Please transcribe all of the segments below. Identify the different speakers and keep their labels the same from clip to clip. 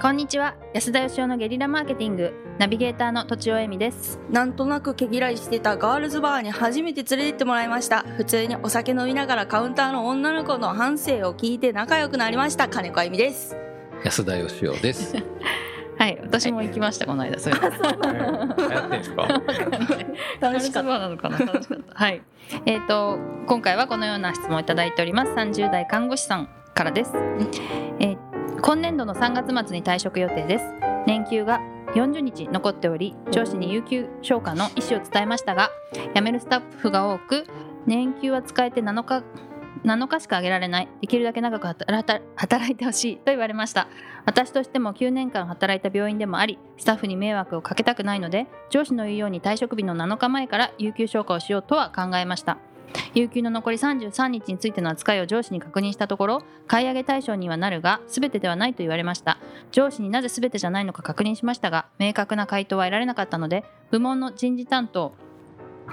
Speaker 1: こんにちは安田義雄のゲリラマーケティングナビゲーターの栃尾恵美です
Speaker 2: なんとなく毛嫌いしてたガールズバーに初めて連れてってもらいました普通にお酒飲みながらカウンターの女の子の反省を聞いて仲良くなりました金子あゆみです
Speaker 3: 安田義雄です。流
Speaker 1: はい私も行きました、この間それ
Speaker 3: 行ってんすか。
Speaker 2: 楽しかっ
Speaker 1: そうなのかな楽しかったはいえっ、と今回はこのような質問をいただいております30代看護師さんからです、えー今年度の3月末に退職予定です年休が40日残っており上司に有給消化の意思を伝えましたが辞めるスタッフが多く年休は使えて7日7日しかあげられないできるだけ長く働働いてほしいと言われました私としても9年間働いた病院でもありスタッフに迷惑をかけたくないので上司の言うように退職日の7日前から有給消化をしようとは考えました有給の残り33日についての扱いを上司に確認したところ買い上げ対象にはなるが全てではないと言われました上司になぜ全てじゃないのか確認しましたが明確な回答は得られなかったので部門の人事担当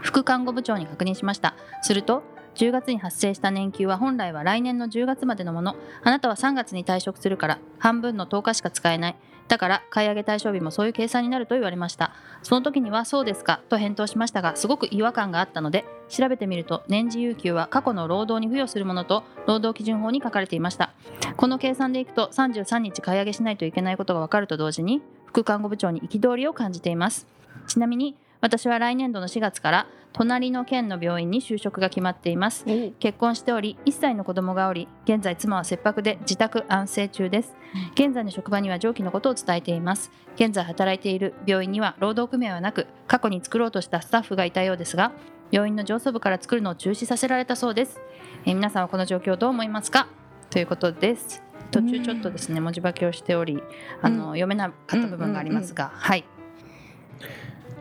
Speaker 1: 副看護部長に確認しましたすると10月に発生した年休は本来は来年の10月までのものあなたは3月に退職するから半分の10日しか使えないだから買い上げ対象日もそういう計算になると言われましたその時にはそうですかと返答しましたがすごく違和感があったので調べてみると年次有給は過去の労働に付与するものと労働基準法に書かれていましたこの計算でいくと33日買い上げしないといけないことが分かると同時に副看護部長に憤りを感じていますちなみに私は来年度の4月から隣の県の病院に就職が決まっています
Speaker 2: た
Speaker 1: 結婚しており1歳の子供がおり現在妻は切迫で自宅安静中です現在の職場には上記のことを伝えています現在働いている病院には労働組合はなく過去に作ろうとしたスタッフがいたようですが病院の上層部から作るのを中止させられたそうですえー皆さんはこの状況どう思いますかということです途中ちょっとですね文字化けをしておりあの、
Speaker 2: うん
Speaker 1: 読めなかった部分がありますが、はい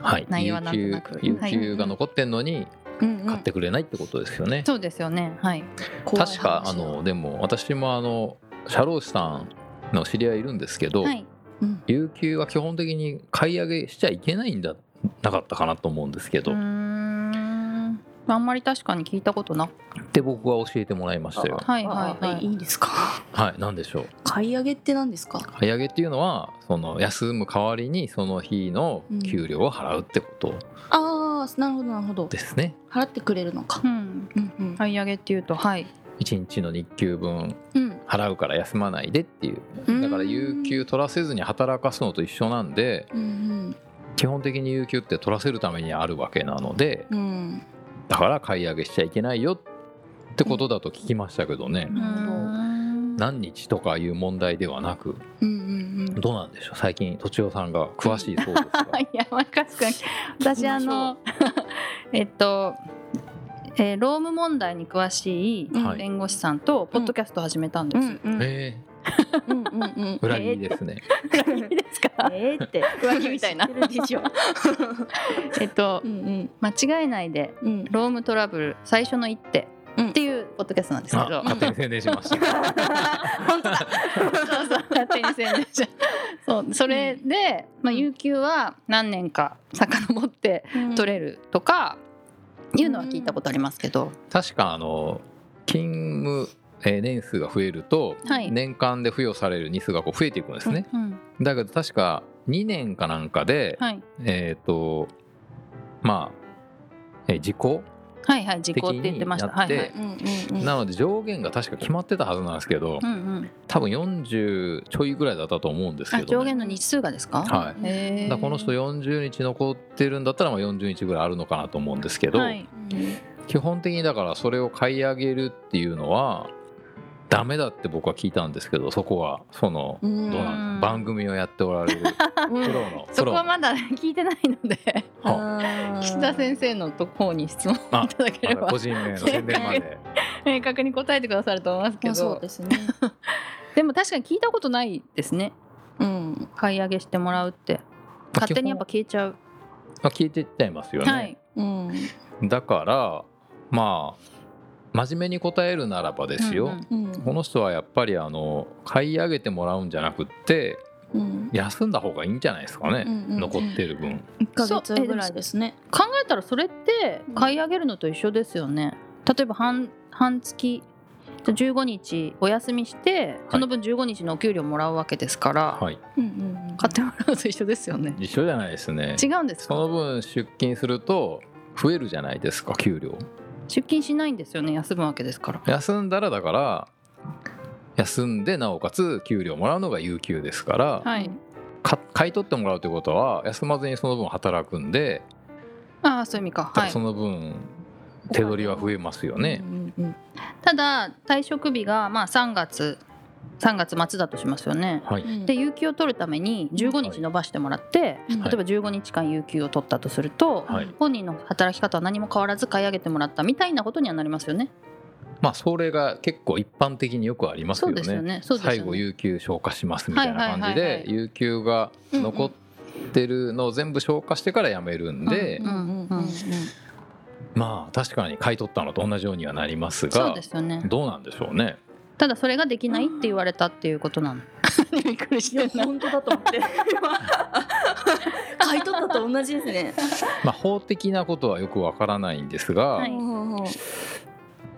Speaker 3: はい。
Speaker 1: 内 容はなんとなく
Speaker 3: 有
Speaker 1: は
Speaker 3: 給
Speaker 1: い
Speaker 3: 有給が残ってんのに
Speaker 2: うんうん
Speaker 3: 買ってくれないってことですよね。
Speaker 1: そうですよねはい
Speaker 2: 怖い話
Speaker 3: 確かあのでも私もあの社労士さんの知り合いいるんですけど、
Speaker 1: はい
Speaker 2: うん
Speaker 3: 有給は基本的に買い上げしちゃいけないんだなかったかなと思うんですけ
Speaker 1: う
Speaker 3: ど、
Speaker 1: ーんあんまり確かに聞いたことな
Speaker 3: で僕は教えてもらいましたよ。
Speaker 1: はいはいはい
Speaker 2: あいいですか
Speaker 3: はい。なんでしょう。
Speaker 2: 買い上げって何ですか
Speaker 3: 買い上げっていうのはその休む代わりにその日の給料を払うってこと
Speaker 2: ああなるほどなるほど
Speaker 3: ですね。
Speaker 2: 払ってくれるのか
Speaker 1: うん
Speaker 2: うんうん
Speaker 1: 買い上げっていうとはい
Speaker 3: 一日の日給分
Speaker 2: うん
Speaker 3: 払うから休まないでっていう
Speaker 2: うん
Speaker 3: だから有給取らせずに働かすのと一緒なんで
Speaker 2: うん
Speaker 3: 基本的に有給って取らせるためにあるわけなので
Speaker 2: うんうん
Speaker 3: だから買い上げしちゃいけないよってことだと聞きましたけどね
Speaker 2: なるほど
Speaker 3: 何日とかいう問題ではなく
Speaker 2: うんうんうん
Speaker 3: どうなんでしょう最近とちおさんが詳しいそうですが
Speaker 1: いやまかし くん私あの えっと、えー労務問題に詳しい
Speaker 3: はい
Speaker 1: 弁護士さんとポッドキャスト始めたんです、
Speaker 2: うんうん
Speaker 3: え
Speaker 2: うんうんうん
Speaker 3: ー、裏切りですね、
Speaker 1: いいですか
Speaker 2: えーって
Speaker 1: 浮気みたいな
Speaker 2: 知ってるでしょ
Speaker 1: えっと
Speaker 2: うんうん
Speaker 1: 「間違いないで
Speaker 2: うん
Speaker 1: 労務トラブル最初の一手」
Speaker 2: うん
Speaker 1: っていうポッドキャストなんですけ
Speaker 3: あ
Speaker 1: ど、
Speaker 3: 勝手に宣伝しました
Speaker 1: そうそう勝手に宣伝しちゃうそうそれで、まあ、有給は何年か遡って取れるとかいうのは聞いたことありますけど、
Speaker 3: 確かあの勤務えー年数が増えると
Speaker 1: はい
Speaker 3: 年間で付与される日数がこう増えていくんですね、
Speaker 1: うん、
Speaker 3: だけど確か2年かなんかで、
Speaker 1: はい、
Speaker 3: えっ、とまあ、えー時効
Speaker 1: はいはい時効って言ってましたは
Speaker 3: 的になっ
Speaker 1: い
Speaker 3: て
Speaker 1: はい
Speaker 2: うんうんうん
Speaker 3: なので上限が確か決まってたはずなんですけど
Speaker 1: うんうん
Speaker 3: 多分40ちょいぐらいだったと思うんですけ
Speaker 1: あ
Speaker 3: ど、ね、
Speaker 1: 上限の日数がですか
Speaker 3: はいい
Speaker 1: へ
Speaker 3: だ
Speaker 1: ー
Speaker 3: からこの人40日残ってるんだったらまあ40日ぐらいあるのかなと思うんですけど、
Speaker 1: はい
Speaker 3: 基本的にだからそれを買い上げるっていうのはダメだって僕は聞いたんですけどそこはその
Speaker 2: う
Speaker 3: ど
Speaker 2: ん
Speaker 3: うなんですか番組をやってお られるプロの
Speaker 1: そ
Speaker 3: プ
Speaker 1: こ
Speaker 3: ロ
Speaker 1: は
Speaker 3: の
Speaker 1: まだ 聞いてないので
Speaker 3: は
Speaker 1: 岸田先生のところに質問い
Speaker 3: あ
Speaker 1: ただけ
Speaker 3: ま
Speaker 1: れ
Speaker 3: だ
Speaker 1: ば
Speaker 3: 個人名の宣伝まで
Speaker 1: 明確に答えてくださると思いますけ
Speaker 2: 生そう
Speaker 1: ど
Speaker 2: ですね
Speaker 1: でも確かに聞いたことないですね
Speaker 2: うん
Speaker 1: 買い上げしてもらうって 勝手にやっぱ消えちゃう、
Speaker 3: まあ聞いていっちゃいますよね、
Speaker 1: はい
Speaker 2: うん
Speaker 3: だからまあ真面目に答えるならばですよ、
Speaker 1: うんうん
Speaker 2: うん
Speaker 3: この人はやっぱりあの買い上げてもらうんじゃなくって
Speaker 2: うん
Speaker 3: 休んだ方がいいんじゃないですかね、
Speaker 2: うんうん
Speaker 3: 残ってる分
Speaker 2: 一ヶ月ぐらいですね
Speaker 1: 考えたらそれって買い上げるのと一緒ですよね例えば半半月じゃあ15日お休みしてその分15日のお給料もらうわけですから、
Speaker 3: はい
Speaker 2: うんうんうん
Speaker 1: 買ってもらうと一緒ですよね
Speaker 3: 一緒じゃないですね
Speaker 1: 違うんです
Speaker 3: そ
Speaker 1: か
Speaker 3: の分出勤すると増えるじゃないですか給料
Speaker 1: 出勤しないんですよね休むわけですから
Speaker 3: 休んだらだから休んでなおかつ給料もらうのが有給ですから、
Speaker 1: はい
Speaker 3: か買い取ってもらうということは休まずにその分働くんで、
Speaker 1: ああそういう意味か
Speaker 3: だ
Speaker 1: は
Speaker 3: から
Speaker 1: い
Speaker 3: その分手取りは増えますよね
Speaker 1: う、んうんうんただ退職日がまあ3月3月末だとしますよね
Speaker 3: はい、
Speaker 2: うん
Speaker 1: で有給を取るために15日延ばしてもらって、
Speaker 2: うん
Speaker 1: 例えば15日間有給を取ったとすると、
Speaker 3: はい
Speaker 1: 本人の働き方は何も変わらず買い上げてもらったみたいなことにはなりますよね。
Speaker 3: まあそれが結構一般的によくあります
Speaker 1: そ
Speaker 3: よ
Speaker 1: う
Speaker 3: ね
Speaker 1: ですよね。そうですよね
Speaker 3: 最後有給消化しますみたいな感じ
Speaker 1: はいはい
Speaker 3: で、
Speaker 1: はいはい
Speaker 3: 有給が残ってるのを全部消化してから辞めるんで、
Speaker 1: うんうんうんうん
Speaker 3: まあ確かに買い取ったのと同じようにはなります
Speaker 1: そう
Speaker 3: が
Speaker 1: ですよね。
Speaker 3: どうなんでしょうね
Speaker 1: ただそれができないって言われたっていうことなの。 びっくりし
Speaker 2: いや
Speaker 1: てるな。
Speaker 2: 本当だと思って 今買い取ったと同じですね、
Speaker 3: まあ法的なことはよくわからないんですが、
Speaker 1: はい
Speaker 2: うんうんうん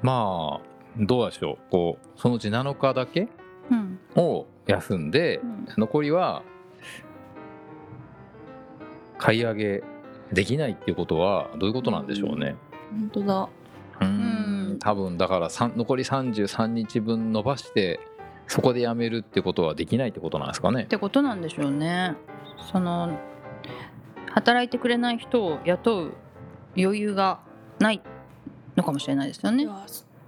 Speaker 3: まあどうでしょうこうそのうち7日だけ
Speaker 1: うん
Speaker 3: を休んで、
Speaker 1: うん
Speaker 3: 残りは買い上げできないっていうことはどういうことなんでしょうね。
Speaker 2: 本当だ
Speaker 3: う
Speaker 1: う
Speaker 3: ー
Speaker 1: ん
Speaker 3: ん多分だからさん残り33日分伸ばしてそこでやめるってことはできないってことなんですかね
Speaker 1: っ。てことなんでしょうね。その働いてくれない人を雇う余裕がないのかもしれないですよ
Speaker 2: い
Speaker 1: ね。
Speaker 2: や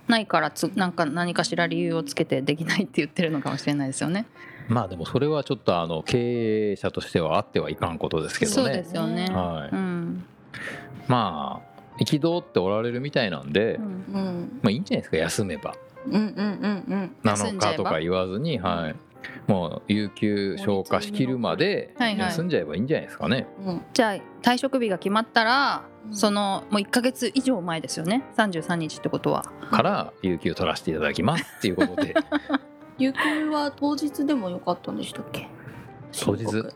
Speaker 1: ないからつなんか何かしら理由をつけてできないって言ってるのかもしれないですよね。
Speaker 3: まあでもそれはちょっとあの経営者としてはあってはいかんことですけ
Speaker 1: そ
Speaker 3: ど
Speaker 1: うで
Speaker 3: ね。
Speaker 1: すよね。
Speaker 3: はい
Speaker 1: うん
Speaker 3: まあ憤っておられるみたいなんで、
Speaker 1: うん
Speaker 2: うん
Speaker 3: まあいいんじゃないですか休めば
Speaker 2: うんうんうん
Speaker 1: 休ん
Speaker 3: 7
Speaker 1: じゃ
Speaker 3: 日
Speaker 1: えば
Speaker 3: とか言わずに、はい、もう有給消化しきるまで
Speaker 1: はいはい
Speaker 3: 休んじゃえばいいんじゃないですかね。
Speaker 2: うんうん
Speaker 1: じゃあ退職日が決まったら、
Speaker 2: うん
Speaker 1: そのもう1ヶ月以上前ですよね33日ってことは
Speaker 3: から有給取らせていただきますっていうことで
Speaker 2: 有給は当日でもよかったんでしたっけ
Speaker 3: 当日
Speaker 2: 申告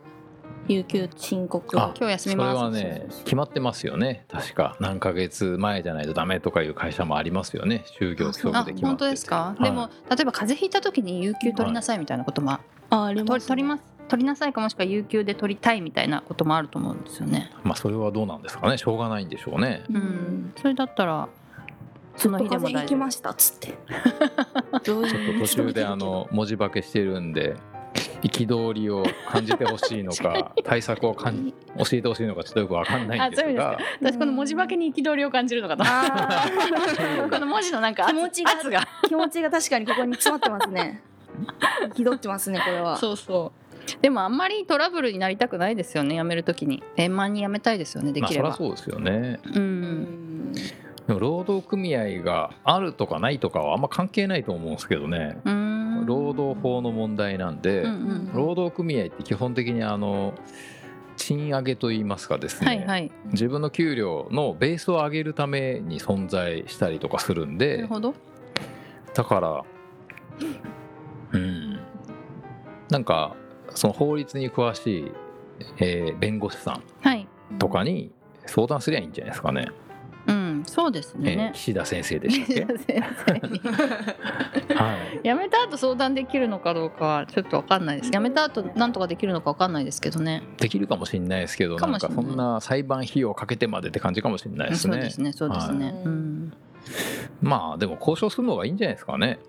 Speaker 2: 有給申告
Speaker 3: あ
Speaker 1: 今日休み
Speaker 3: それ
Speaker 1: ます
Speaker 3: はね決まってますよね確か何ヶ月前じゃないとダメとかいう会社もありますよね就業規則
Speaker 1: あ
Speaker 3: で決まってて
Speaker 1: 本当ですか、
Speaker 3: い
Speaker 1: でも例えば風邪ひいた時に有給取りなさいみたいなことも、
Speaker 2: あありま
Speaker 1: 取り
Speaker 2: す
Speaker 1: 取ります取りなさいかもしくは有給で取りたいみたいなこともあると思うんですよね。
Speaker 3: まあそれはどうなんですかねしょうがないんでしょうね
Speaker 2: う
Speaker 1: うんん、それだったらその日でも
Speaker 2: 風
Speaker 1: 大
Speaker 2: 邪ひ
Speaker 1: 丈
Speaker 2: き
Speaker 1: 夫
Speaker 2: ましたっつってちょっと
Speaker 3: 途 中であの文字化けしてるんで憤りを感じてほしい のか対策をかん教えてほしいのかちょっとよくわかんないんです
Speaker 1: あそうです
Speaker 3: が
Speaker 1: か私この文字化けに憤りを感じるのかとこの文字のなんか圧
Speaker 2: 気持ちが
Speaker 1: 圧が
Speaker 2: 気持ちが確かにここに詰まってますね気取ってますねこれは
Speaker 1: そうそうでもあんまりトラブルになりたくないですよね辞めるときに円満に辞めたいですよねで
Speaker 3: まあ
Speaker 1: き
Speaker 3: そ
Speaker 1: れ
Speaker 3: り
Speaker 1: ば、
Speaker 3: ゃそうですよね
Speaker 1: う
Speaker 2: うんん
Speaker 3: でも労働組合があるとかないとかはあんま関係ないと思うんですけどね
Speaker 1: うん
Speaker 3: 労働法の問題なんで、
Speaker 1: うんうん
Speaker 3: 労働組合って基本的にあの賃上げといいますかですね、
Speaker 1: はいはい
Speaker 3: 自分の給料のベースを上げるために存在したりとかするん
Speaker 1: な
Speaker 3: で
Speaker 1: るほど
Speaker 3: だからうんなんかその法律に詳しい、えー弁護士さん
Speaker 1: はい
Speaker 3: とかに相談すりゃいいんじゃないですかね、
Speaker 1: うんそうです
Speaker 3: えー
Speaker 1: ね、、
Speaker 3: 岸田先生でしたっけ
Speaker 1: 先生に
Speaker 3: はい、
Speaker 1: 辞めた後相談できるのかどうかはちょっとわかんないです辞めた後なんとかできるのかわかんないですけどね
Speaker 3: できるかもしれないですけど
Speaker 1: か
Speaker 3: な
Speaker 1: も
Speaker 3: ん
Speaker 1: しれ
Speaker 3: か
Speaker 1: ない
Speaker 3: そんな裁判費用かけてまでって感じかもしれないです
Speaker 1: そう
Speaker 3: ね
Speaker 1: ですねそうですね、
Speaker 2: はい
Speaker 1: うん
Speaker 3: まあでも交渉するのがいいんじゃないですかね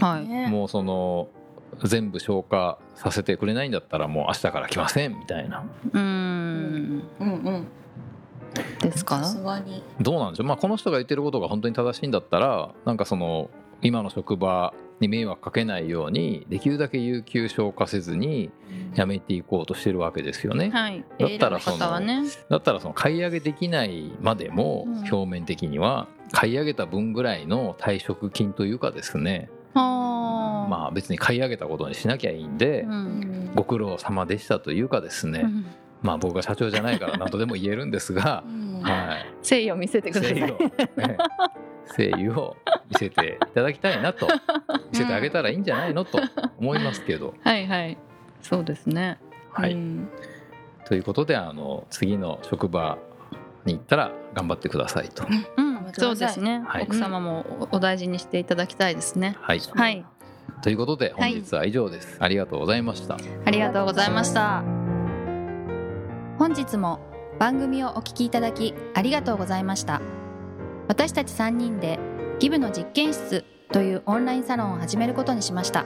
Speaker 1: はい
Speaker 2: ね
Speaker 3: もうその全部消化させてくれないんだったらもう明日から来ませんみたいな
Speaker 1: うん
Speaker 2: うんうん
Speaker 1: ですか
Speaker 2: さすがに
Speaker 3: どうなんでしょう、まあ、この人が言ってることが本当に正しいんだったらなんかその今の職場に迷惑かけないようにできるだけ有給消化せずに辞めていこうとしてるわけですよね、
Speaker 1: はい
Speaker 3: だったらその
Speaker 1: 偉い方はね
Speaker 3: だったらその買い上げできないまでも
Speaker 1: うん
Speaker 3: 表面的には買い上げた分ぐらいの退職金というかですね
Speaker 1: ああ
Speaker 3: まあ別に買い上げたことにしなきゃいいんで、
Speaker 1: うん
Speaker 3: ご苦労様でしたというかですね、
Speaker 1: うん
Speaker 3: まあ僕が社長じゃない から何とでも言えるんですが
Speaker 2: う、ん
Speaker 3: はい、
Speaker 1: 誠意を見せてください
Speaker 3: 誠意を、ね誠意を見せていただきたいなと見せてあげたらいいんじゃないのと思いますけど。
Speaker 1: はいはいそうですね
Speaker 3: はい
Speaker 2: うん
Speaker 3: ということであの次の職場に行ったら頑張ってくださいと
Speaker 1: うん
Speaker 2: めてください
Speaker 1: そうですね、
Speaker 3: はい
Speaker 1: 奥様もおお大事にしていただきたいですね、
Speaker 3: はい、
Speaker 1: はい
Speaker 3: ということで
Speaker 1: は
Speaker 3: 本
Speaker 1: い
Speaker 3: 日は以上です、ありがとうございました
Speaker 1: ありがとうございました本日も番組をお聞きいただきありがとうございました私たち3人でギブの実験室というオンラインサロンを始めることにしました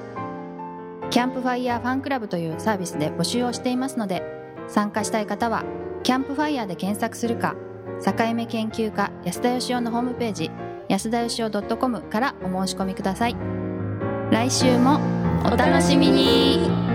Speaker 1: キャンプファイヤーファンクラブというサービスで募集をしていますので参加したい方はキャンプファイヤーで検索するか境目研究家安田義雄のホームページ安田義雄 .com からお申し込みください来週もお楽しみに